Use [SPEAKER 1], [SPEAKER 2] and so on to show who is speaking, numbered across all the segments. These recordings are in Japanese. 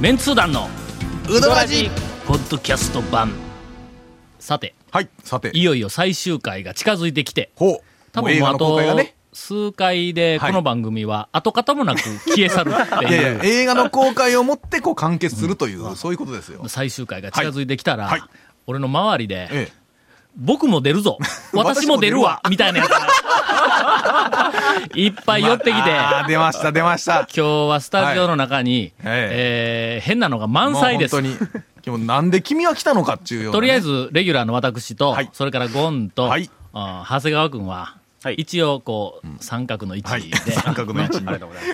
[SPEAKER 1] メンツー団の
[SPEAKER 2] うどらじ
[SPEAKER 1] ポッドキャスト版さて
[SPEAKER 2] はいさて
[SPEAKER 1] いよいよ最終回が近づいてきて
[SPEAKER 2] ほう
[SPEAKER 1] 多
[SPEAKER 2] う
[SPEAKER 1] 分もうあ
[SPEAKER 2] 公
[SPEAKER 1] と
[SPEAKER 2] 開がね
[SPEAKER 1] 数回でこ
[SPEAKER 2] はい
[SPEAKER 1] の番組は跡形もなく消え去るって
[SPEAKER 2] いや
[SPEAKER 1] い
[SPEAKER 2] いうや映画の公開をもってこう完結するという、そういうことですよ
[SPEAKER 1] 最終回が近づいてきたら、
[SPEAKER 2] はいはい
[SPEAKER 1] 俺の周りで、
[SPEAKER 2] え
[SPEAKER 1] 僕も出る ぞ私も出るわみたいなやつ がいっぱい寄ってきて、
[SPEAKER 2] あー出ました出ました
[SPEAKER 1] 今日はスタジオの中に、え
[SPEAKER 2] え
[SPEAKER 1] ー変なのが満載です
[SPEAKER 2] もう。本当に今日なんで君は来たのかっていうような
[SPEAKER 1] と
[SPEAKER 2] ね、
[SPEAKER 1] りあえず、レギュラーの私と、
[SPEAKER 2] はい
[SPEAKER 1] それからゴンと、
[SPEAKER 2] はい
[SPEAKER 1] あ長谷川君は、
[SPEAKER 3] はい
[SPEAKER 1] 一応、こう、三角の位置
[SPEAKER 2] はい
[SPEAKER 1] で、
[SPEAKER 2] 三角の位置に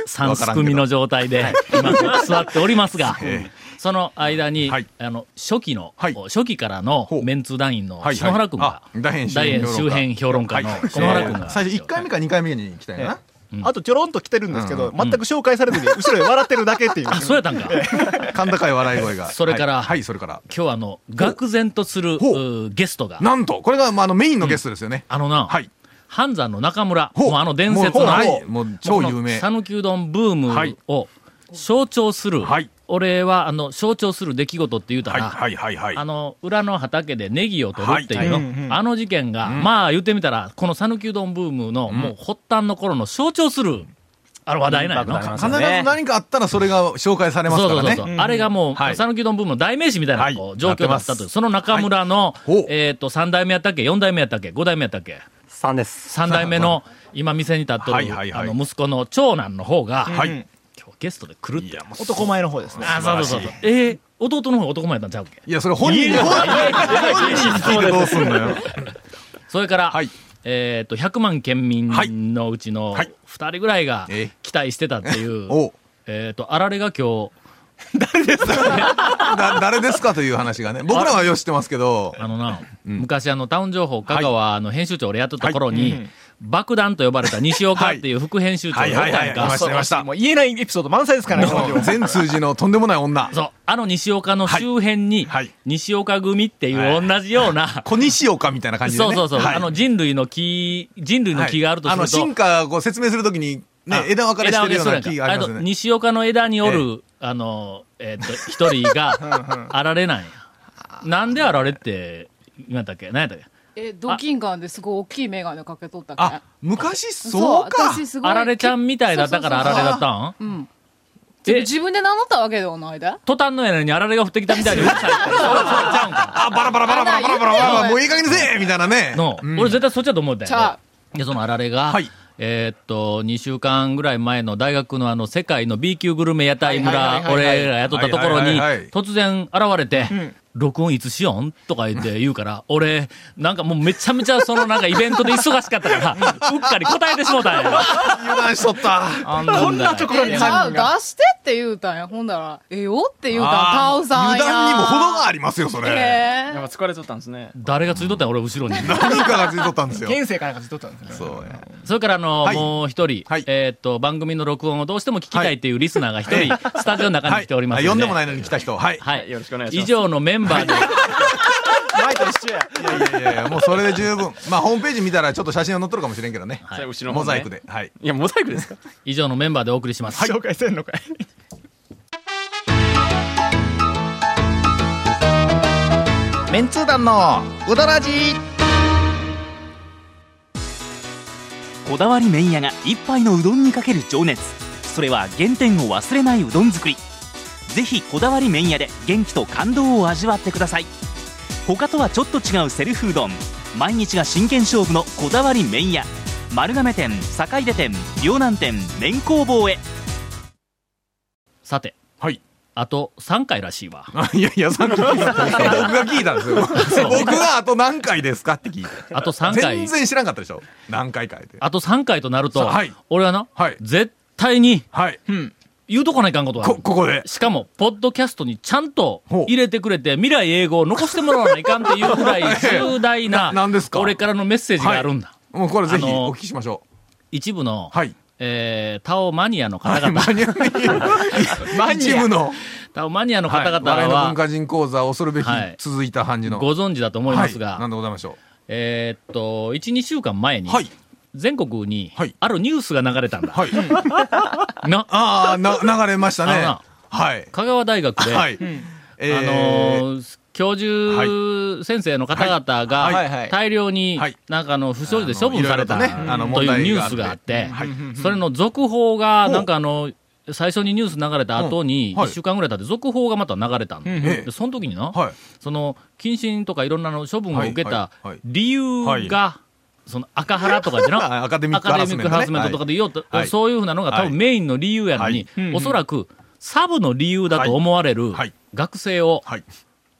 [SPEAKER 1] 三すくみの状態で、今、座っておりますが
[SPEAKER 2] ええ、
[SPEAKER 1] その間に、
[SPEAKER 2] はい
[SPEAKER 1] あの、初期の、
[SPEAKER 2] はい
[SPEAKER 1] 初期からの
[SPEAKER 2] ほう
[SPEAKER 1] メンツ団員の
[SPEAKER 2] はい
[SPEAKER 1] 篠原君が
[SPEAKER 2] あ、大変
[SPEAKER 1] 大変周辺評論家の篠原君が、
[SPEAKER 2] 最初1回目か2回目に来たよな、
[SPEAKER 3] あとちょろんと来てるんですけど、全く紹介さ れずに、後ろで笑ってるだけっていう。
[SPEAKER 1] あ、そうやったんか。
[SPEAKER 2] 甲高い笑い声が
[SPEAKER 1] それから
[SPEAKER 2] はい、はいそれから
[SPEAKER 1] 今日あの、愕然とする、う
[SPEAKER 2] ほう
[SPEAKER 1] ーゲストが、
[SPEAKER 2] なんとこれが、まあ、あのメインのゲストですよね、
[SPEAKER 1] あのな、
[SPEAKER 2] はい
[SPEAKER 1] 半山の中村、
[SPEAKER 2] ほう
[SPEAKER 1] もうあの伝説
[SPEAKER 2] もう
[SPEAKER 1] の、
[SPEAKER 2] はいもう超
[SPEAKER 1] この
[SPEAKER 2] 有名
[SPEAKER 1] 讃岐うどんブームを象徴する、
[SPEAKER 2] はい
[SPEAKER 1] 俺はあの象徴する出来事って言うた
[SPEAKER 2] はい
[SPEAKER 1] ら、
[SPEAKER 2] はいはいはい
[SPEAKER 1] あの裏の畑でネギを取るっていうの、
[SPEAKER 2] はい
[SPEAKER 1] あの事件が、まあ言ってみたら、この讃岐うどんブームの、もう発端の頃の象徴する、あの話題なんやな。
[SPEAKER 2] 必ず何かあったらそれが紹介されます
[SPEAKER 1] そうそ
[SPEAKER 2] か
[SPEAKER 1] う
[SPEAKER 2] ら
[SPEAKER 1] そう
[SPEAKER 2] ね
[SPEAKER 1] そう、あれがもう、
[SPEAKER 2] はい
[SPEAKER 1] 讃岐うどんブームの代名詞みたいなこう
[SPEAKER 2] はい
[SPEAKER 1] 状況だった
[SPEAKER 2] なって
[SPEAKER 1] という、
[SPEAKER 2] ます
[SPEAKER 1] その中村の、
[SPEAKER 2] いほう
[SPEAKER 1] えっ、と、3代目やったっけ、4代目やったっけ、5代目やったっけ、
[SPEAKER 3] 3です。
[SPEAKER 1] 3代目 の今店に立ってる、
[SPEAKER 2] はいはいはい
[SPEAKER 1] あの息子の長男の方が、
[SPEAKER 2] はい、
[SPEAKER 3] うん
[SPEAKER 1] 今日ゲストで来るっ
[SPEAKER 2] い
[SPEAKER 1] て
[SPEAKER 2] やもう
[SPEAKER 3] 男前の方ですね。
[SPEAKER 1] あそうそうそうそうえー弟の方が男前やったんちゃうっけ
[SPEAKER 2] いやそれ本人に本人に聞いてどうすんのよ
[SPEAKER 1] それから、
[SPEAKER 2] はい
[SPEAKER 1] えっ、と100万県民
[SPEAKER 2] はい
[SPEAKER 1] のうちの
[SPEAKER 2] はい
[SPEAKER 1] 2人ぐらいが
[SPEAKER 2] え
[SPEAKER 1] 期待してたっていう、
[SPEAKER 2] おう
[SPEAKER 1] えっとあられが今日
[SPEAKER 2] だ誰ですかという話がね僕らはよう知ってますけど
[SPEAKER 1] あのな、昔あのタウン情報香川の編集長俺やってた頃に、
[SPEAKER 3] はいうん
[SPEAKER 1] 爆弾と呼ばれた西岡っていう副編集長がおったん
[SPEAKER 2] はいはいはいはいいま
[SPEAKER 1] か
[SPEAKER 2] したいました
[SPEAKER 3] もう言えないエピソード満載ですからね、この
[SPEAKER 2] もう
[SPEAKER 3] 量
[SPEAKER 2] 全通じのとんでもない女
[SPEAKER 1] そうあの西岡の周辺に、
[SPEAKER 2] はいはい
[SPEAKER 1] 西岡組っていう同じような、
[SPEAKER 2] 小西岡みたいな感じで、
[SPEAKER 1] そ
[SPEAKER 2] ね、
[SPEAKER 1] うそうそう、
[SPEAKER 2] はい
[SPEAKER 1] あの人類の木、人類の木があるとすると、
[SPEAKER 2] はいあの進化を説明するときに、ね
[SPEAKER 1] あ、
[SPEAKER 2] 枝分かれしてるような
[SPEAKER 1] 枝分
[SPEAKER 2] 木
[SPEAKER 1] け
[SPEAKER 2] があ
[SPEAKER 1] するやんか
[SPEAKER 2] ります
[SPEAKER 1] あ
[SPEAKER 2] よ
[SPEAKER 1] と
[SPEAKER 2] ね。
[SPEAKER 1] 西岡の枝におる、あの、えっと、一人が、あられなんや。なんであられって、今だっけ何やったっけ
[SPEAKER 4] え、ドキンガンですごい大きいメガネかけとったっけ
[SPEAKER 2] あ、昔そうか。
[SPEAKER 4] 私すごい。
[SPEAKER 1] あられちゃんみたいだったからあられだったん
[SPEAKER 4] うん。
[SPEAKER 1] え、
[SPEAKER 4] 自分で名乗ったわけではないで。
[SPEAKER 1] トタンの屋根にあられが降ってきたみたいにうるさいって。それそれちゃうんか。
[SPEAKER 2] あ、バラバラバラバラバラバラバラ
[SPEAKER 4] あら言ってよおい
[SPEAKER 2] もういい加減にせえみたいなね。
[SPEAKER 1] の、俺絶対そっちだと思うたん
[SPEAKER 4] ちゃ
[SPEAKER 1] やけど。で、そのあられが、
[SPEAKER 2] はい
[SPEAKER 1] えーっと、2週間ぐらい前の大学のあの、世界の B 級グルメ屋台
[SPEAKER 2] はい
[SPEAKER 1] 村、
[SPEAKER 2] はいはいはい
[SPEAKER 1] 俺ら雇ったところ
[SPEAKER 2] はい
[SPEAKER 1] に
[SPEAKER 2] はいはいはい、
[SPEAKER 1] 突然現れて、録音いつしよんとか言って言うから、俺、なんかもうめちゃめちゃそのなんかイベントで忙しかったから、うっかり答えてしもうた んや。
[SPEAKER 2] 油断しとった。
[SPEAKER 1] あんなんだ
[SPEAKER 3] ところに
[SPEAKER 4] え、ちゃ
[SPEAKER 3] 犯
[SPEAKER 4] う、
[SPEAKER 3] 人
[SPEAKER 4] 出
[SPEAKER 3] が
[SPEAKER 4] してって言うたんや。ほんだら、ええよって言うたん、タ
[SPEAKER 2] あー
[SPEAKER 4] オさん
[SPEAKER 2] 油
[SPEAKER 4] や。
[SPEAKER 2] 断にも程がありますよ、それ。
[SPEAKER 3] や
[SPEAKER 4] え
[SPEAKER 3] っぱ疲れとったんですね。
[SPEAKER 1] 誰がついとったんや、俺後ろに。
[SPEAKER 2] 何かがついとったんですよ。
[SPEAKER 3] 現世からかずっとったんですね。
[SPEAKER 2] そうや。
[SPEAKER 1] それからあの、
[SPEAKER 2] はい
[SPEAKER 1] もう一人、
[SPEAKER 2] はい
[SPEAKER 1] えーっと、番組の録音をどうしても聞きたいっていうリスナーが一人、
[SPEAKER 2] は
[SPEAKER 1] スタジオの中に来ておりますの
[SPEAKER 2] はい
[SPEAKER 1] で。
[SPEAKER 2] 呼んでもないのに来た人。はい。
[SPEAKER 1] はい。
[SPEAKER 3] よろしくお願いします
[SPEAKER 1] 以上のメンバーで、
[SPEAKER 3] 前と一緒や。
[SPEAKER 2] いやいやいや、もうそれで十分。まあ、ホームページ見たらちょっと写真は載っとるかもしれんけどね。
[SPEAKER 3] それ後ろの
[SPEAKER 2] モ
[SPEAKER 3] 方ね
[SPEAKER 2] ザイクで。はい。
[SPEAKER 3] いや、モザイクですか
[SPEAKER 1] 以上のメンバーでお送りします。
[SPEAKER 3] 紹介せんのかい。
[SPEAKER 2] メンツー団のうどらじ
[SPEAKER 5] こだわり麺屋が一杯のうどんにかける情熱それは原点を忘れないうどん作りぜひこだわり麺屋で元気と感動を味わってください他とはちょっと違うセルフうどん毎日が真剣勝負のこだわり麺屋丸亀店坂出店両南店麺工房へ
[SPEAKER 1] さて、
[SPEAKER 2] はい。
[SPEAKER 1] あと3回らしいわ。
[SPEAKER 2] あいやいや、さっき聞いた僕が聞いたんですよ。僕があと何回ですかって聞いた。
[SPEAKER 1] あと3
[SPEAKER 2] 全
[SPEAKER 1] 回。
[SPEAKER 2] 然知らんかったでしょ何回か言って
[SPEAKER 1] あと3回となると、
[SPEAKER 2] さはい
[SPEAKER 1] 俺はな、
[SPEAKER 2] はい
[SPEAKER 1] 絶対に
[SPEAKER 2] はい、
[SPEAKER 1] 言うとこないかんことがあ
[SPEAKER 2] こ
[SPEAKER 1] る。
[SPEAKER 2] ここで
[SPEAKER 1] しかも、ポッドキャストにちゃんと
[SPEAKER 2] ほう
[SPEAKER 1] 入れてくれて、未来英語を残してもらわないかんっていうぐら い重大な、
[SPEAKER 2] ななんですか
[SPEAKER 1] 俺からのメッセージがあるんだ。
[SPEAKER 2] もうこれぜひ
[SPEAKER 1] あのー
[SPEAKER 2] お聞きしましょ
[SPEAKER 1] 一部の、
[SPEAKER 2] うはい
[SPEAKER 1] えー、タオマニアの方 々、
[SPEAKER 2] マニアマニア一部の
[SPEAKER 1] タオマニアの方々
[SPEAKER 2] はい、我々の文
[SPEAKER 1] は、
[SPEAKER 2] 化人講座恐るべき
[SPEAKER 1] はい
[SPEAKER 2] 続いた感じの、
[SPEAKER 1] ご存知だと思いますが、
[SPEAKER 2] はいなんでございましょ
[SPEAKER 1] えーっと、1、2週間前に、
[SPEAKER 2] うはい
[SPEAKER 1] 全国に
[SPEAKER 2] はい、
[SPEAKER 1] あるニュースが流れたんだ。
[SPEAKER 2] はい
[SPEAKER 1] な、
[SPEAKER 2] ああな流れましたね
[SPEAKER 1] あのな
[SPEAKER 2] はい。
[SPEAKER 1] 香川大学で、
[SPEAKER 2] はい。えー
[SPEAKER 1] あのー教授先生の方々
[SPEAKER 2] はい
[SPEAKER 1] が
[SPEAKER 2] はい
[SPEAKER 1] 大量に
[SPEAKER 2] はい
[SPEAKER 1] なんかあの不祥事で処分された
[SPEAKER 2] あのいろいろとねあの
[SPEAKER 1] と
[SPEAKER 2] 問
[SPEAKER 1] いう
[SPEAKER 2] 題
[SPEAKER 1] ニュ
[SPEAKER 2] が
[SPEAKER 1] ー
[SPEAKER 2] あっ
[SPEAKER 1] ス
[SPEAKER 2] て
[SPEAKER 1] があって
[SPEAKER 2] はいうん
[SPEAKER 1] それの続報が
[SPEAKER 2] ほう
[SPEAKER 1] なんかあの最初にニュース流れた後に
[SPEAKER 2] うんはい
[SPEAKER 1] 1週間ぐらい経って続報がまた流れたん
[SPEAKER 2] ん
[SPEAKER 1] ででその時にな
[SPEAKER 2] はい。
[SPEAKER 1] その謹慎とかいろんなの処分を受けた
[SPEAKER 2] はいはいはい
[SPEAKER 1] 理由がその赤原とかじゃな
[SPEAKER 2] あアカデミッ
[SPEAKER 1] ア
[SPEAKER 2] クハ
[SPEAKER 1] カデ
[SPEAKER 2] ラ
[SPEAKER 1] ミック
[SPEAKER 2] スメント、ね。
[SPEAKER 1] ハラスメントとかで言おうと、
[SPEAKER 2] はい
[SPEAKER 1] そういうふうなのが多分メインの理由やのに、
[SPEAKER 2] はい
[SPEAKER 1] おそらくサブの理由だと思われる
[SPEAKER 2] はい
[SPEAKER 1] 学生を
[SPEAKER 2] はい。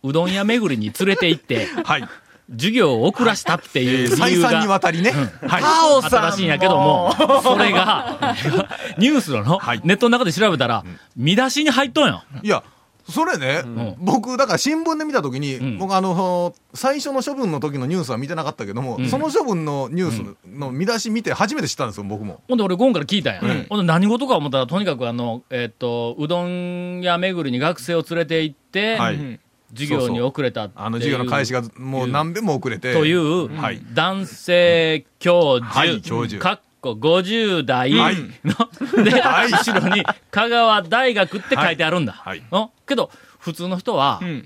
[SPEAKER 1] うどん屋巡りに連れて行 って、
[SPEAKER 2] は い。はい。
[SPEAKER 1] 授業を遅らしたって
[SPEAKER 2] え
[SPEAKER 1] い
[SPEAKER 2] ー
[SPEAKER 1] う理
[SPEAKER 2] 再
[SPEAKER 1] 由
[SPEAKER 2] 三に
[SPEAKER 1] が。
[SPEAKER 2] わたりね。はい。
[SPEAKER 1] あったらしいんやけども、それが、 ニュースのの
[SPEAKER 2] はい
[SPEAKER 1] ネットの中で調べたら、見出しに入っとんよ。
[SPEAKER 2] いや、それね、
[SPEAKER 1] ん
[SPEAKER 2] 僕、だから新聞で見たときに、
[SPEAKER 1] ん
[SPEAKER 2] 僕、あの、最初の処分の時のニュースは見てなかったけども、その処分のニュースの見出し見て初めて知ったんですよ、僕も。
[SPEAKER 1] ほんで俺ゴンから聞いたんや、
[SPEAKER 2] ん
[SPEAKER 1] ほんで何事か思ったらとにかくあの、えっとうどん屋巡りに学生を連れて行って、
[SPEAKER 2] はい。
[SPEAKER 1] 授業に遅れたっていう
[SPEAKER 2] あの授業の開始がもう何べんも遅れて。
[SPEAKER 1] という
[SPEAKER 2] はい
[SPEAKER 1] 男性教授、
[SPEAKER 2] はい教授
[SPEAKER 1] かっこ50代の、
[SPEAKER 2] はい
[SPEAKER 1] で、
[SPEAKER 2] はい
[SPEAKER 1] 後ろに香川大学って書いてあるんだ。
[SPEAKER 2] はいはい
[SPEAKER 1] のけど、普通の人は、
[SPEAKER 3] ん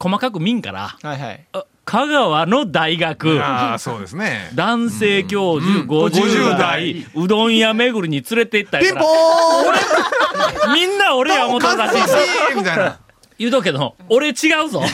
[SPEAKER 1] 細かく見んから、
[SPEAKER 3] はいはい。
[SPEAKER 1] あ香川の大学、
[SPEAKER 2] ああ、そうですね。
[SPEAKER 1] 男性教授
[SPEAKER 2] うん
[SPEAKER 1] 50
[SPEAKER 2] 50
[SPEAKER 1] 代
[SPEAKER 2] 代、
[SPEAKER 1] うどん屋巡りに連れて行ったん
[SPEAKER 2] ピ
[SPEAKER 1] や
[SPEAKER 2] ン
[SPEAKER 1] か
[SPEAKER 2] ポーン
[SPEAKER 1] ら、みんな俺や思ったらしい
[SPEAKER 2] 懐かしいみたいな。
[SPEAKER 1] 言うとくけど、俺違う ぞ。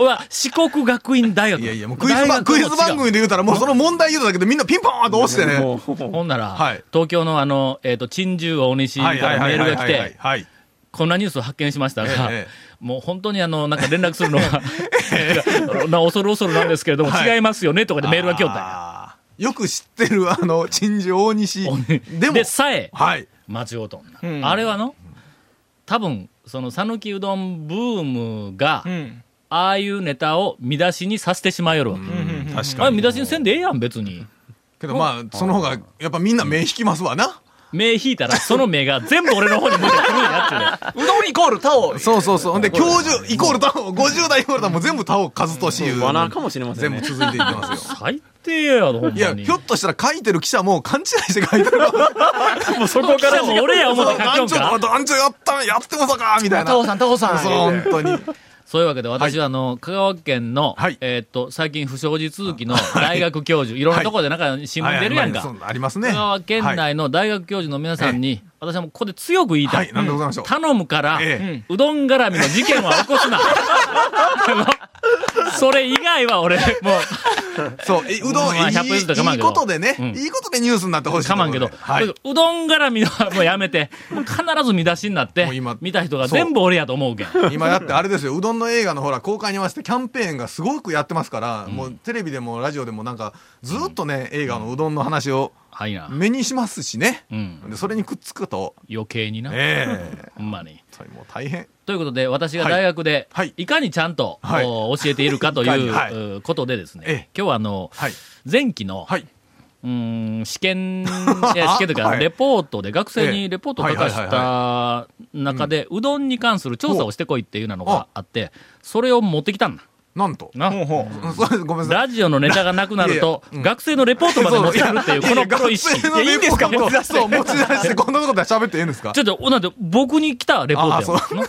[SPEAKER 1] 俺は四国学院大学。
[SPEAKER 2] いやいや、もうクイズ
[SPEAKER 1] 大
[SPEAKER 2] ば
[SPEAKER 1] 学も
[SPEAKER 2] ク
[SPEAKER 1] 違
[SPEAKER 2] イ
[SPEAKER 1] う
[SPEAKER 2] ズ番組で言うたら、もうその問題言うただけでみんなピンポーンと押してね。
[SPEAKER 1] ほんなら、
[SPEAKER 2] はい
[SPEAKER 1] 東京のあの、えっ、と、珍獣大西か
[SPEAKER 2] はいは
[SPEAKER 1] ら
[SPEAKER 2] い
[SPEAKER 1] メ
[SPEAKER 2] はい
[SPEAKER 1] ー
[SPEAKER 2] は
[SPEAKER 1] ル
[SPEAKER 2] い
[SPEAKER 1] が
[SPEAKER 2] は
[SPEAKER 1] 来
[SPEAKER 2] いはい
[SPEAKER 1] て、
[SPEAKER 2] はい。
[SPEAKER 1] こんなニュースを発見しましたが、
[SPEAKER 2] ええ
[SPEAKER 1] もう本当にあの、なんか連絡するのは、 な恐る恐るなんですけれども、
[SPEAKER 2] はい
[SPEAKER 1] 違いますよね、とかでメールが来よったんや
[SPEAKER 2] あーよく知ってる、あの、陳情大西。でも
[SPEAKER 1] で、さえ、
[SPEAKER 2] はい。
[SPEAKER 1] 間違うとんな、
[SPEAKER 3] うん
[SPEAKER 1] あれはの、多分、その、讃岐うどんブームが、
[SPEAKER 3] うん。
[SPEAKER 1] ああいうネタを見出しにさせてしまいよるわけ。
[SPEAKER 2] 確
[SPEAKER 1] あ
[SPEAKER 2] か
[SPEAKER 1] れ見
[SPEAKER 2] に。
[SPEAKER 1] 出しにせんでええやん、別に。
[SPEAKER 2] けどまあ、その方が、やっぱみんな目引きますわな。
[SPEAKER 1] 目引いたら、その目が全部俺の方に向いてくるんやっていうね。
[SPEAKER 3] うどんイコールタオ。
[SPEAKER 2] そうそうそう。ほんで、教授イコールタオ、50代イコールタオも全部タオ数としいう。
[SPEAKER 6] マナーかもしれませんね
[SPEAKER 2] 全部。続いていってます よ。
[SPEAKER 1] 最低やろ、ほんまに。
[SPEAKER 2] いや、ひょっとしたら書いてる記者も勘違いして書いてるかも。
[SPEAKER 1] もうそこからも俺や思って書きよ
[SPEAKER 2] 団
[SPEAKER 1] んか
[SPEAKER 2] 長、団長やったん、やってもさかみたいな。
[SPEAKER 3] タオさん、タオさん。
[SPEAKER 2] そう、本当に。
[SPEAKER 1] そういうわけで私はあの、香川県の、
[SPEAKER 2] はい
[SPEAKER 1] えーっと、最近不祥事続きの大学教授、い、ろんなところでなんか新聞出るやんか。
[SPEAKER 2] はいはいそうありますね。
[SPEAKER 1] 香川県
[SPEAKER 2] はい。
[SPEAKER 1] 内の大学教授の皆さんに、私はもうここで強く言いた。
[SPEAKER 2] はいい、なんでございましょう。
[SPEAKER 1] 頼むから、
[SPEAKER 2] え
[SPEAKER 1] うどん絡みの事件は起こすな。 それ以外は俺、も
[SPEAKER 2] そう、えうどん、い
[SPEAKER 1] まあ
[SPEAKER 2] い
[SPEAKER 1] 100円とかまん
[SPEAKER 2] い
[SPEAKER 1] け
[SPEAKER 2] い
[SPEAKER 1] ど
[SPEAKER 2] ことでね
[SPEAKER 1] う、ん
[SPEAKER 2] いいことでニュースになってほ
[SPEAKER 1] う、
[SPEAKER 2] しいと
[SPEAKER 1] か
[SPEAKER 2] こ
[SPEAKER 1] ま
[SPEAKER 2] ろ
[SPEAKER 1] ん
[SPEAKER 2] で。
[SPEAKER 1] けど、
[SPEAKER 2] はい。
[SPEAKER 1] うどん絡みのはもうやめて、もう必ず見出しになって
[SPEAKER 2] もう今、
[SPEAKER 1] 見た人が全部俺やと思うけん。
[SPEAKER 2] 今だってあれですよ、うどんの映画のほら、公開に合わせてキャンペーンがすごくやってますから、もうテレビでもラジオでもなんか、ずっとね、映画のうどんの話を
[SPEAKER 1] はいな。
[SPEAKER 2] 目にしますしね。
[SPEAKER 1] うん。
[SPEAKER 2] で、それにくっつくと、
[SPEAKER 1] 余計にな。
[SPEAKER 2] ええ。
[SPEAKER 1] ほんまに。
[SPEAKER 2] それもう大変。
[SPEAKER 1] ということで、私が大学で、
[SPEAKER 2] はいい
[SPEAKER 1] かにちゃんと、
[SPEAKER 2] はい
[SPEAKER 1] お教えているかという
[SPEAKER 2] いかに
[SPEAKER 1] うことでですね、
[SPEAKER 2] ええ
[SPEAKER 1] 今日はあの、
[SPEAKER 2] はい。
[SPEAKER 1] 前期の、
[SPEAKER 2] はい。
[SPEAKER 1] うーん試験、いや 試験というか、
[SPEAKER 2] はい
[SPEAKER 1] レポートで、学生にレポートを書か
[SPEAKER 2] はい
[SPEAKER 1] し
[SPEAKER 2] はい
[SPEAKER 1] た中で、うどんに関する調査をしてこいっていうようなのがあって、それを持ってきたんだ。
[SPEAKER 2] なんと。
[SPEAKER 1] な
[SPEAKER 2] うんそうですごめんなさい。
[SPEAKER 1] ラジオのネタがなくなると、
[SPEAKER 2] いやいやうん
[SPEAKER 1] 学生のレポートまで持ってくるっていう、このプロ意識。
[SPEAKER 2] いやいや学生の
[SPEAKER 6] いいんですか
[SPEAKER 2] レポート
[SPEAKER 6] 持ち出して
[SPEAKER 2] そう持ち出して、こんなことで喋っていいんですか
[SPEAKER 1] ちょっと、なんで、僕に来たレポート
[SPEAKER 2] あ
[SPEAKER 1] や
[SPEAKER 2] そ
[SPEAKER 1] もんな。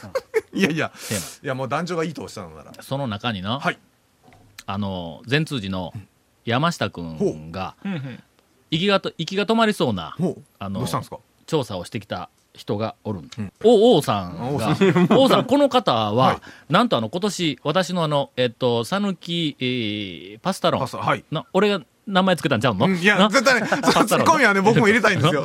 [SPEAKER 2] いやいや
[SPEAKER 1] テーマ、
[SPEAKER 2] いやもう団長がいいとおっしゃるのなら。
[SPEAKER 1] その中にな、
[SPEAKER 2] はい
[SPEAKER 1] あの、善通寺の山下く
[SPEAKER 2] ほ
[SPEAKER 1] ん
[SPEAKER 2] う
[SPEAKER 1] が、
[SPEAKER 3] うんうん。
[SPEAKER 1] 息がと息が止まりそうな
[SPEAKER 2] ほう。
[SPEAKER 1] あの
[SPEAKER 2] どうしたんですか
[SPEAKER 1] 調査をしてきた人がおるんだ。
[SPEAKER 2] うん
[SPEAKER 1] お王さんが
[SPEAKER 2] 王、
[SPEAKER 1] 王さん、この方は、
[SPEAKER 2] はい
[SPEAKER 1] なんとあの、今年、私のあの、えっと、さぬき、えーパスタロン
[SPEAKER 2] あ、。そう、はい。
[SPEAKER 1] な俺が名前つけたんちゃうの
[SPEAKER 2] うんいや、
[SPEAKER 1] な
[SPEAKER 2] 絶対ね、そのツッコミはね、僕も入れたいんですよ。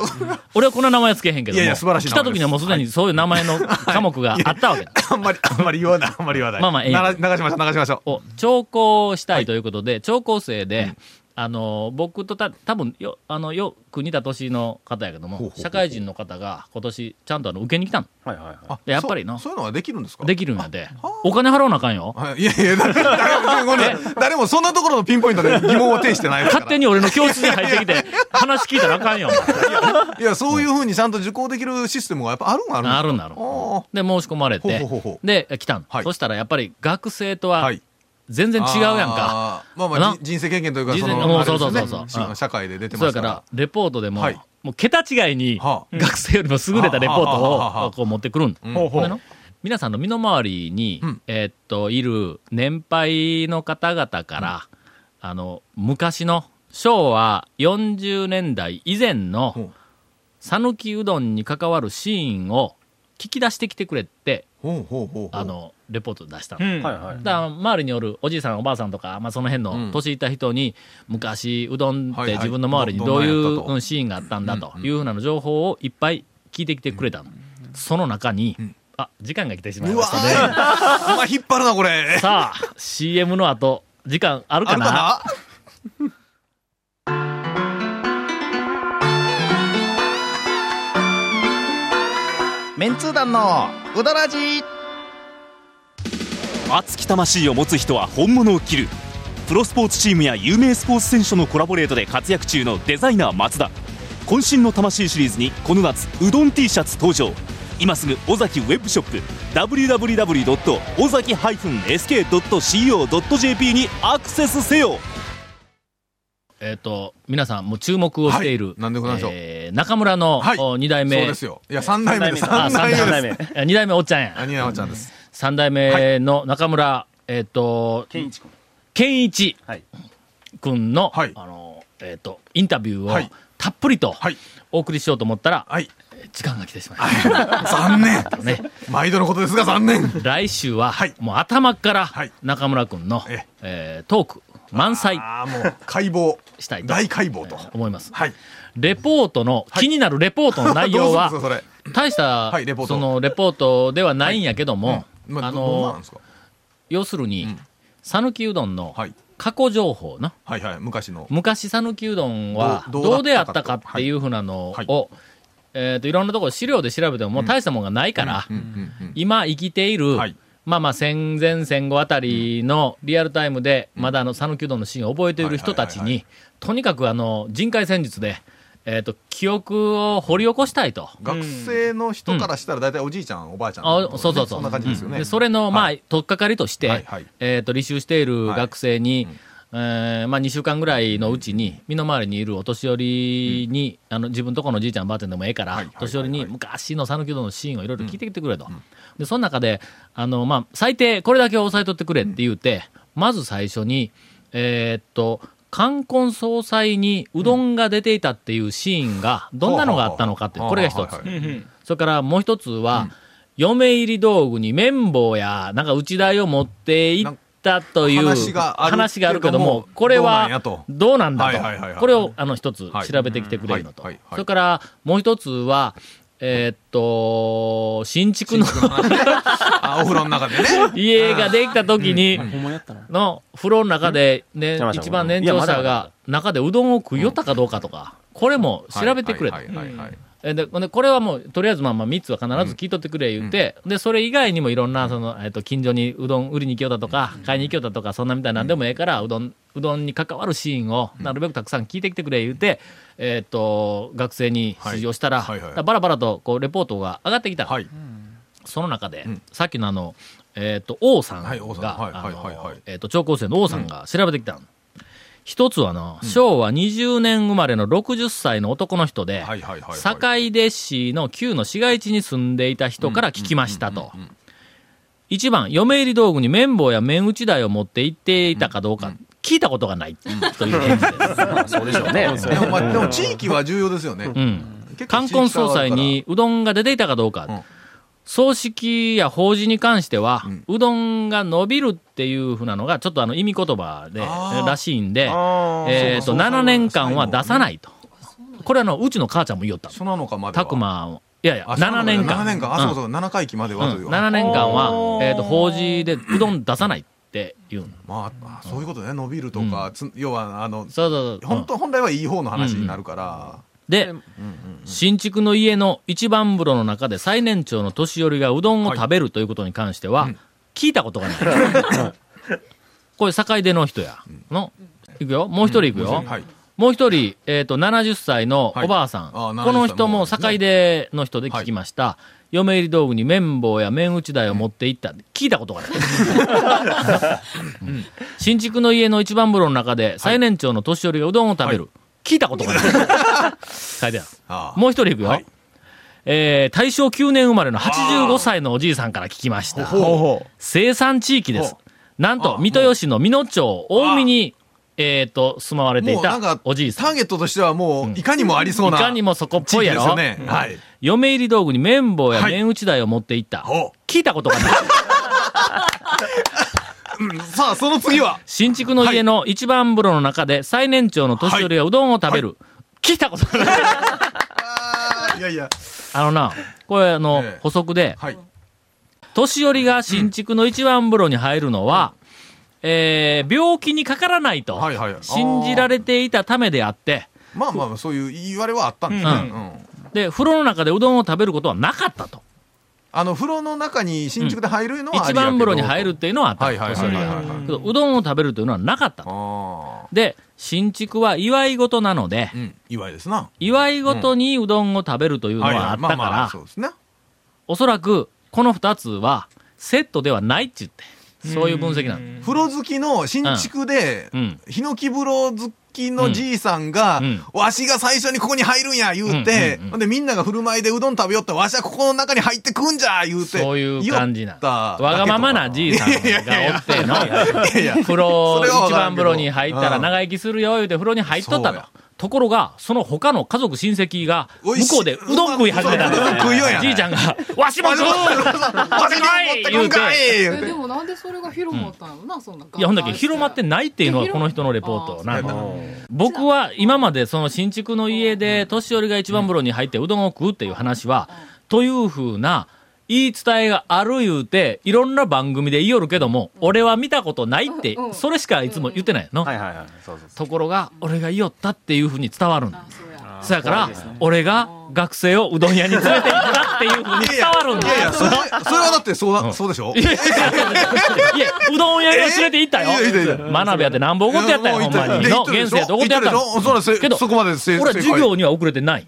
[SPEAKER 1] 俺はこの名前つけへんけども、
[SPEAKER 2] いやいや素晴らしい
[SPEAKER 1] 来
[SPEAKER 2] 名
[SPEAKER 1] た
[SPEAKER 2] 前
[SPEAKER 1] 時
[SPEAKER 2] です
[SPEAKER 1] にはもうすでにそういう名前の科目があったわけだ。
[SPEAKER 2] あんまり、あんまり言わない、あんまり言わない。
[SPEAKER 1] まあまあええ
[SPEAKER 2] なら流しましょう、流しましょ
[SPEAKER 1] を聴講したいということで、聴講生で、あの僕とた多分よあのよく似た年の方やけども
[SPEAKER 2] ほうほうほう
[SPEAKER 1] 社会人の方が今年ちゃんとあの受けに来たの
[SPEAKER 6] はいはいは
[SPEAKER 2] う。あ
[SPEAKER 1] でやっぱりな
[SPEAKER 2] そうそういうのはできるんですか
[SPEAKER 1] できるんやでお金払わなあかんよ
[SPEAKER 2] はいいやいや、だ誰も、誰も誰もそんなところのピンポイントで疑問を呈してないですか
[SPEAKER 1] 勝
[SPEAKER 2] ら
[SPEAKER 1] 手に俺の教室に入ってき て話聞いたらあかんよ
[SPEAKER 2] いや、そういうふうにちゃんと受講できるシステムがやっぱあるんあるん
[SPEAKER 1] なるんだろ
[SPEAKER 2] お
[SPEAKER 1] で申し込まれて
[SPEAKER 2] ほうほうほうほう
[SPEAKER 1] で来たの、
[SPEAKER 2] はい
[SPEAKER 1] そしたらやっぱり学生とは
[SPEAKER 2] はい。
[SPEAKER 1] 全然違うやんか、
[SPEAKER 2] か。まあ
[SPEAKER 1] な
[SPEAKER 2] まあ、じ人生経験というか、
[SPEAKER 1] 人
[SPEAKER 2] そ
[SPEAKER 1] 生
[SPEAKER 2] の、
[SPEAKER 1] うん
[SPEAKER 2] あれですよね
[SPEAKER 1] そうそうそうそう
[SPEAKER 2] し社会で出て
[SPEAKER 1] そう
[SPEAKER 2] ま
[SPEAKER 1] や
[SPEAKER 2] す
[SPEAKER 1] か
[SPEAKER 2] から
[SPEAKER 1] ら。レポートでも、
[SPEAKER 2] はい
[SPEAKER 1] もう桁違いに
[SPEAKER 2] はあ
[SPEAKER 1] 学生よりも優れたレポート
[SPEAKER 2] はあはあはあは
[SPEAKER 1] を
[SPEAKER 2] あ
[SPEAKER 1] こう持ってくるん。
[SPEAKER 2] うん
[SPEAKER 3] ほう
[SPEAKER 1] ほ
[SPEAKER 3] ほ
[SPEAKER 1] んで
[SPEAKER 3] う
[SPEAKER 1] の皆さんの身の回りに、
[SPEAKER 2] うん
[SPEAKER 1] えーっと、いる年配の方々から、あの、昔の昭和40年代以前
[SPEAKER 2] ほ
[SPEAKER 1] の
[SPEAKER 2] う
[SPEAKER 1] 讃岐うどんに関わるシーンを聞き出してきてくれって、
[SPEAKER 2] ほうほうほう
[SPEAKER 1] あの、レポート出したの
[SPEAKER 3] う。ん
[SPEAKER 5] はいはい
[SPEAKER 1] だから周りにおるおじいさんおばあさんとか、まあ、その辺
[SPEAKER 2] う
[SPEAKER 1] の
[SPEAKER 2] ん
[SPEAKER 1] 年いた人に、昔うどんっ
[SPEAKER 2] はい
[SPEAKER 1] て
[SPEAKER 2] はい
[SPEAKER 1] 自分の周りにどうい
[SPEAKER 2] どんなんやった
[SPEAKER 1] う
[SPEAKER 2] と
[SPEAKER 1] うんシーンがあったんだというふうなの情報をいっぱい聞いてきてくれたの、その中に、
[SPEAKER 2] ん
[SPEAKER 1] あ時間が来てしまいうま
[SPEAKER 2] わ
[SPEAKER 1] したね
[SPEAKER 2] お前引っ張るなこれ
[SPEAKER 1] さあ CM の後時間ある
[SPEAKER 2] あ
[SPEAKER 1] か
[SPEAKER 2] る
[SPEAKER 1] な
[SPEAKER 2] かな
[SPEAKER 3] メンツー団のうどらじ
[SPEAKER 5] 熱き魂を持つ人は本物を着るプロスポーツチームや有名スポーツ選手とのコラボレートで活躍中のデザイナー松田渾身の魂シリーズにこの夏うどん T シャツ登場今すぐ尾崎ウェブショップ www. 尾崎 -sk.co.jp にアクセスせよ
[SPEAKER 1] えっ、と皆さんもう注目をしている、
[SPEAKER 2] はいなんでございましょう
[SPEAKER 1] えー中村の、
[SPEAKER 2] はい
[SPEAKER 1] お二代
[SPEAKER 2] そう
[SPEAKER 1] 目
[SPEAKER 2] ですよいや三代目です
[SPEAKER 1] あ三
[SPEAKER 2] 三代目
[SPEAKER 1] 代
[SPEAKER 2] です
[SPEAKER 1] 目え二代目おっちゃんや
[SPEAKER 2] 兄山ちゃんです
[SPEAKER 1] 三代目の中村、えっ、と
[SPEAKER 5] 健一君
[SPEAKER 1] 健一
[SPEAKER 5] はい
[SPEAKER 1] 君の、
[SPEAKER 2] はい
[SPEAKER 1] あの、えっ、と、インタビュ
[SPEAKER 2] は
[SPEAKER 1] ーを
[SPEAKER 2] い
[SPEAKER 1] たっぷりと
[SPEAKER 2] はい
[SPEAKER 1] お送りしようと思ったら、
[SPEAKER 2] はい
[SPEAKER 1] 時間が来てしまいまし
[SPEAKER 2] 残念
[SPEAKER 1] たね。
[SPEAKER 2] 毎度のことですが残念
[SPEAKER 1] 来週は、
[SPEAKER 2] はい
[SPEAKER 1] もう頭から
[SPEAKER 2] はい
[SPEAKER 1] 中村君の、
[SPEAKER 2] え
[SPEAKER 1] えートーク満載
[SPEAKER 2] ああもう解剖
[SPEAKER 1] したいと
[SPEAKER 2] 大解剖と
[SPEAKER 1] 思います。
[SPEAKER 2] はい
[SPEAKER 1] レポートの、気になるレポートの内容は
[SPEAKER 2] どうす、るんですか
[SPEAKER 1] 大した、
[SPEAKER 2] はいレポート
[SPEAKER 1] そのレポートではないんやけども、
[SPEAKER 2] それま
[SPEAKER 1] あ
[SPEAKER 2] あどうなん
[SPEAKER 1] の
[SPEAKER 2] で、すか
[SPEAKER 1] 要するに
[SPEAKER 2] ん、
[SPEAKER 1] 讃岐うどんの
[SPEAKER 2] はい
[SPEAKER 1] 過去情報な、
[SPEAKER 2] はいはい昔の
[SPEAKER 1] 昔讃岐うどんは
[SPEAKER 2] どど
[SPEAKER 1] どう
[SPEAKER 2] う
[SPEAKER 1] で
[SPEAKER 2] だ
[SPEAKER 1] あっ
[SPEAKER 2] ったた
[SPEAKER 1] か
[SPEAKER 2] かと
[SPEAKER 1] っていうふうなのを、
[SPEAKER 2] はい
[SPEAKER 1] えっ、と、いろんなところ資料で調べてももう大したもんがないから、
[SPEAKER 2] うんうんうん
[SPEAKER 1] 今生きている、
[SPEAKER 2] はい
[SPEAKER 1] まあまあ戦前戦後あたりのリアルタイムで、まだあの讃岐うどんのシーンを覚えている人たち
[SPEAKER 2] はいはい
[SPEAKER 1] に、とにかくあの、人海戦術で、えっ、と、記憶を掘り起こしたいと。
[SPEAKER 2] 学生の人からしたら大体おじいちゃんおばあちゃん
[SPEAKER 1] あそうそうそう。
[SPEAKER 2] そんな感じですよ
[SPEAKER 1] うん
[SPEAKER 2] ね
[SPEAKER 1] それの、まあ、
[SPEAKER 2] は
[SPEAKER 1] 取っかかりとして、
[SPEAKER 2] はいはい
[SPEAKER 1] えっ、と、履修している学生に、えーまあ、2週間ぐらいのうちに、身の回りにいるお年寄りに、あの自分とこのじいちゃんばあちゃんでもええから、
[SPEAKER 2] はいはいはいはい
[SPEAKER 1] 年寄りに昔の讃岐うどんのシーンをいろいろ聞いてきてくれと、でその中であの、まあ、最低これだけは押さえとってくれって言うて、まず最初に、えーっと冠婚葬祭にうどんが出ていたっていうシーンがどんなのがあったのかって、
[SPEAKER 2] うん
[SPEAKER 1] これが一つ、
[SPEAKER 2] はいはい
[SPEAKER 1] それからもう一つは、嫁入り道具に綿棒や、なんか内台を持っていったという
[SPEAKER 2] なんか話がある
[SPEAKER 1] 話があるけど
[SPEAKER 2] けど
[SPEAKER 1] も
[SPEAKER 2] も、
[SPEAKER 1] これ
[SPEAKER 2] どうなん
[SPEAKER 1] は
[SPEAKER 2] やと
[SPEAKER 1] どうなんだ
[SPEAKER 2] はいはいはいはい
[SPEAKER 1] と。これをあの一つ
[SPEAKER 2] はい
[SPEAKER 1] 調べてきてくれるのと
[SPEAKER 2] うんはいはい。はい
[SPEAKER 1] それからもう一つは、えーっと、新築の
[SPEAKER 2] あお風呂の中でね
[SPEAKER 1] 家ができた時に、の風呂の中で、ね
[SPEAKER 3] 邪魔、した
[SPEAKER 1] 一番年長者が中でうどんを食いよったかどうかとか、これも調べてくれと
[SPEAKER 2] はい。はいはいはい
[SPEAKER 1] えででこれはもうとりあえずまあまあ3つは必ず聞いとってくれ言って、でそれ以外にもいろんなその、えっと近所にうどん売りに行きようだとか、買いに行きようだとかそんなみたいなんでもええからうどんうどんに関わるシーンをなるべくたくさん聞いてきてくれ言って、えっと学生に指示をしたら,、
[SPEAKER 2] はいはいはい
[SPEAKER 1] バラバラとこうレポートが上がってきた、
[SPEAKER 2] はい
[SPEAKER 1] その中で、
[SPEAKER 2] うん
[SPEAKER 1] さっきのあの、えっと王さんが、
[SPEAKER 2] はい王さんはい
[SPEAKER 1] あ
[SPEAKER 2] はいはいは
[SPEAKER 1] の
[SPEAKER 2] い
[SPEAKER 1] えっと超高生の王さんが調べてきたの、一つはな、昭和20年生まれの60歳の男の人で、
[SPEAKER 2] はいはいはいはい
[SPEAKER 1] 堺出市の旧の市街地に住んでいた人から聞きましたと。一番、嫁入り道具に綿棒や綿打ち台を持って行っていたかどうか、聞いたことがないという返事です。
[SPEAKER 5] そうでしょうね
[SPEAKER 2] でもまあでも地域は重要ですよね
[SPEAKER 1] うん。
[SPEAKER 2] 結構地
[SPEAKER 1] 冠
[SPEAKER 2] 域差は
[SPEAKER 1] 婚
[SPEAKER 2] あるから
[SPEAKER 1] 葬祭にうどんが出ていたかどうか、
[SPEAKER 2] うん
[SPEAKER 1] 葬式や法事に関しては、
[SPEAKER 2] ん
[SPEAKER 1] うどんが伸びるっていうふうなのが、ちょっとあの意味言葉で、
[SPEAKER 2] あー
[SPEAKER 1] らしいんで、
[SPEAKER 3] あー
[SPEAKER 1] えっ
[SPEAKER 2] そ
[SPEAKER 1] と、
[SPEAKER 2] うかそうか
[SPEAKER 1] 7年間は出さないと。これあの、うちの母ちゃんも言おった。
[SPEAKER 2] そなのかまでは
[SPEAKER 1] たくまを。いやいや、
[SPEAKER 2] あそう
[SPEAKER 1] 7
[SPEAKER 2] なのか
[SPEAKER 1] 年間。
[SPEAKER 2] 7年間あそうそう7回忌まではという
[SPEAKER 1] 7年間は、えー、と法事でうどん出さないって言うの。
[SPEAKER 2] まああそういうことね伸びるとかつ要はあの
[SPEAKER 1] そうそうそう。
[SPEAKER 2] 本
[SPEAKER 1] うん
[SPEAKER 2] 当本来はいい方の話になるから
[SPEAKER 1] で、新築の家の一番風呂の中で最年長の年寄りがうどんを食べるということに関しては、聞いたことがない。これ、境出の人や。の、いくよ。もう一人いくよ。
[SPEAKER 2] はい
[SPEAKER 1] もう一人、えっ、と、70歳の
[SPEAKER 2] はい
[SPEAKER 1] おばあさん。
[SPEAKER 2] あー
[SPEAKER 1] この
[SPEAKER 2] 70
[SPEAKER 1] 人も
[SPEAKER 2] 歳
[SPEAKER 1] 境
[SPEAKER 2] の
[SPEAKER 1] 出の人で聞きました。嫁入り道具に綿棒や綿打ち台を持って行ったって聞いたことがない。うん新築 の家の一番風呂の中で最年長の年寄りがうどんを食べる。聞いたことがない。書いてある。
[SPEAKER 2] ああ
[SPEAKER 1] もう一人いくよ。
[SPEAKER 2] はい
[SPEAKER 1] えー大正9年生まれの85歳のおじいさんから聞きました。
[SPEAKER 2] ほうほ
[SPEAKER 1] 生産地域です
[SPEAKER 2] ほ。
[SPEAKER 1] なんと、水戸吉の美濃町、大海に、えっ、と、住まわれてい
[SPEAKER 2] もうな
[SPEAKER 1] た
[SPEAKER 2] んか
[SPEAKER 1] おじい
[SPEAKER 2] タ
[SPEAKER 1] さ
[SPEAKER 2] ー
[SPEAKER 1] ん。
[SPEAKER 2] ゲットとしてはもういかにもありそう
[SPEAKER 1] い
[SPEAKER 2] な
[SPEAKER 1] かにもそこっ
[SPEAKER 2] 地
[SPEAKER 1] ぽいや
[SPEAKER 2] 域です
[SPEAKER 1] ろ、
[SPEAKER 2] よね、はい
[SPEAKER 1] 嫁入り道具に綿棒や
[SPEAKER 2] はい
[SPEAKER 1] 綿打ち台を持っていった。
[SPEAKER 2] ほ
[SPEAKER 1] 聞いたことがない。
[SPEAKER 2] さあその次は
[SPEAKER 1] 新築の家の一番風呂の中で最年長の年寄りがうどんを食べる。聞いたことがない。
[SPEAKER 2] いやいや
[SPEAKER 1] あのな、これあの
[SPEAKER 2] ええ、
[SPEAKER 1] 補足で、
[SPEAKER 2] はい
[SPEAKER 1] 年寄りが新築の一番風呂に入るのは、えー病気にかからないと
[SPEAKER 2] はいはい
[SPEAKER 1] 信じられていたためであって、
[SPEAKER 2] まあまあそういう言われはあったんです
[SPEAKER 1] う
[SPEAKER 2] ね、
[SPEAKER 1] ん
[SPEAKER 2] うん
[SPEAKER 1] で、風呂の中でうどんを食べることはなかったと。
[SPEAKER 2] あの風呂の中に新築で入るのはあ
[SPEAKER 1] 一
[SPEAKER 2] りやけど
[SPEAKER 1] 番風呂に入るっていうのはあった。
[SPEAKER 2] はいはいはいはいはいはい
[SPEAKER 1] けどうどんを食べるというのはなかったと。
[SPEAKER 2] ああ
[SPEAKER 1] で、新築は祝い事なので
[SPEAKER 2] う、ん祝いですな
[SPEAKER 1] 祝い事にうどんを食べるというの
[SPEAKER 2] はい
[SPEAKER 1] はあ
[SPEAKER 2] は
[SPEAKER 1] っ
[SPEAKER 2] いま
[SPEAKER 1] た
[SPEAKER 2] あ
[SPEAKER 1] か
[SPEAKER 2] まあ
[SPEAKER 1] ら
[SPEAKER 2] そ、うですね
[SPEAKER 1] おそらくこの二つはセットではないって言って、そういう分析なの。
[SPEAKER 2] 風呂好きの新築で、
[SPEAKER 1] うん
[SPEAKER 2] ヒノキ風呂好きのじいさんが、
[SPEAKER 1] うん
[SPEAKER 2] わしが最初にここに入るんや言うて、
[SPEAKER 1] うんうんうん
[SPEAKER 2] ほんでみんなが振る舞いでうどん食べよったらわしはここの中に入ってくんじゃ言うて。
[SPEAKER 1] そういう感じ
[SPEAKER 2] 言
[SPEAKER 1] な
[SPEAKER 2] っ。ただけとか
[SPEAKER 1] わがまま なじいさんがおっての、
[SPEAKER 2] いやいや
[SPEAKER 1] 風呂、
[SPEAKER 2] それはわ
[SPEAKER 1] 一
[SPEAKER 2] から
[SPEAKER 1] 番
[SPEAKER 2] んけど
[SPEAKER 1] 風呂に入ったら長生きするよ、言うて風呂に入っとった
[SPEAKER 2] そう
[SPEAKER 1] と
[SPEAKER 2] や。
[SPEAKER 1] ところが、その他の家族親戚が、
[SPEAKER 2] お
[SPEAKER 1] 向
[SPEAKER 2] いしい
[SPEAKER 1] こうでうどん食い始めたんです
[SPEAKER 2] うどん食いよや
[SPEAKER 1] じいちゃんが、 わしも
[SPEAKER 2] わし
[SPEAKER 1] 食う
[SPEAKER 2] もわしに持ってくんかい言う
[SPEAKER 4] え
[SPEAKER 2] て
[SPEAKER 4] で。もなんでそれが広まったんやろなそんない
[SPEAKER 1] や、ほんだけ広まって
[SPEAKER 4] ん
[SPEAKER 1] ないっていうのは
[SPEAKER 4] え
[SPEAKER 1] この人のレポートな
[SPEAKER 2] あー
[SPEAKER 1] の。僕は今までその新築の家で年寄りが一番風呂に入ってうどんを食うっていう話は、というふうな言い伝えがある言うて、いろんな番組で言いよるけども、俺は見たことないって
[SPEAKER 4] うんう、ん
[SPEAKER 1] それしかいつも言ってないの。
[SPEAKER 3] はいはいはい。そうそうそう。
[SPEAKER 1] ところが、俺が言いよったっていうふうに伝わるんだ
[SPEAKER 4] あ。そうや
[SPEAKER 1] そやから
[SPEAKER 3] 怖いですね、
[SPEAKER 1] 俺が学生をうどん屋に連れて行ったっていうふうに伝わるん
[SPEAKER 2] い
[SPEAKER 1] だ。
[SPEAKER 2] やいや、それ、それはだってそうだ、
[SPEAKER 1] ん
[SPEAKER 2] そうでしょ
[SPEAKER 1] いやいや、うどん屋には連れて行ったよ
[SPEAKER 2] えいやいやいや。
[SPEAKER 1] 真鍋やってなんぼ怒ってやったよ、
[SPEAKER 2] い
[SPEAKER 1] ほ
[SPEAKER 2] や
[SPEAKER 1] ん
[SPEAKER 2] も
[SPEAKER 1] ま
[SPEAKER 2] う言
[SPEAKER 1] に。の、
[SPEAKER 2] た言たで
[SPEAKER 1] 現
[SPEAKER 2] しょ
[SPEAKER 1] 世と怒ってやった
[SPEAKER 2] 言たでしょそうなんです
[SPEAKER 1] けど
[SPEAKER 2] そこまで正
[SPEAKER 1] 俺は
[SPEAKER 2] 正解
[SPEAKER 1] 授業には遅れてない。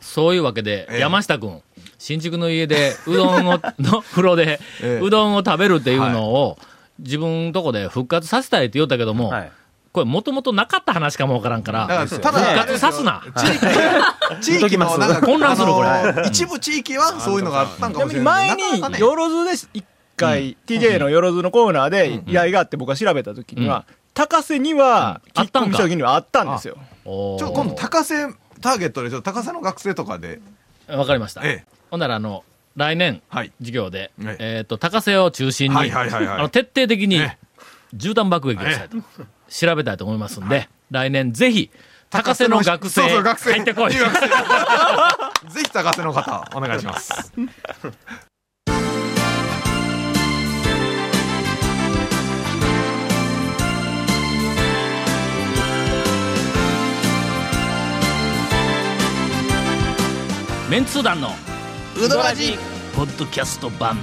[SPEAKER 1] そういうわけで、
[SPEAKER 2] ええ
[SPEAKER 1] 山下君、新築の家で、うど んを、の風呂で、
[SPEAKER 2] ええ
[SPEAKER 1] うどんを食べるっていうのを、自分のとこで復活させたいって言ったけども、
[SPEAKER 3] はい。
[SPEAKER 1] これもともとなかった話かもわからんから、
[SPEAKER 2] だからただ
[SPEAKER 1] 復活さすな。
[SPEAKER 2] 地域のなんか
[SPEAKER 1] 混乱するこれ
[SPEAKER 2] あの一部地域はそういうのがあったん
[SPEAKER 3] ち
[SPEAKER 2] かも
[SPEAKER 3] なみ
[SPEAKER 2] し
[SPEAKER 3] に
[SPEAKER 2] れない
[SPEAKER 3] 前
[SPEAKER 2] なかな
[SPEAKER 3] に、
[SPEAKER 2] かね
[SPEAKER 3] よろずです一回、TJ のよろずのコーナーで依頼があって僕が調べた時には、高瀬には、
[SPEAKER 1] うん
[SPEAKER 3] キ
[SPEAKER 1] あっ
[SPEAKER 3] ッ
[SPEAKER 1] たんか
[SPEAKER 3] クオフした時にはあったんですよ。
[SPEAKER 1] おー
[SPEAKER 2] ちょっと今度高瀬ターゲットでしょ高瀬の学生とかで、
[SPEAKER 1] わかりました。
[SPEAKER 2] ええ
[SPEAKER 1] ほんなら、あの、来年、
[SPEAKER 2] はい
[SPEAKER 1] 授業で、え
[SPEAKER 2] ええ
[SPEAKER 1] っ、と、高瀬を中心に、
[SPEAKER 2] はいはいはいはい
[SPEAKER 1] あの、徹底的に
[SPEAKER 2] え
[SPEAKER 1] 絨毯爆撃をしたいと、調べたいと思いますんで、来年ぜひ、高瀬の学生、
[SPEAKER 2] そう そう学生
[SPEAKER 1] 入ってこい。
[SPEAKER 2] 入学生 ぜひ高瀬の方お願いします
[SPEAKER 1] メンツー団の、
[SPEAKER 2] うどら
[SPEAKER 1] ポッドキャスト版、